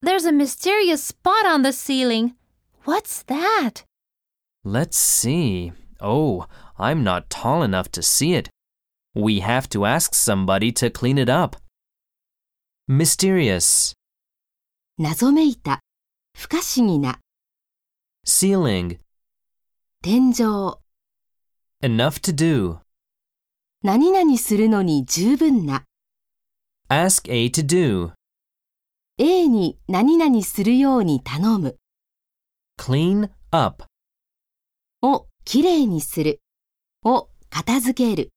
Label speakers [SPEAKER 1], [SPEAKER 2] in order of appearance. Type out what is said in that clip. [SPEAKER 1] There's a mysterious spot on the ceiling. What's that?
[SPEAKER 2] Let's see. Oh, I'm not tall enough to see it. We have to ask somebody to clean it up. Mysterious.
[SPEAKER 3] 謎めいた、不可思議な、
[SPEAKER 2] Ceiling.
[SPEAKER 3] 天井、
[SPEAKER 2] Enough to do.
[SPEAKER 3] 何々するのに十分な、
[SPEAKER 2] Ask A to do.
[SPEAKER 3] A に何々するように頼む、
[SPEAKER 2] Clean up.
[SPEAKER 3] をきれいにする、を片付ける。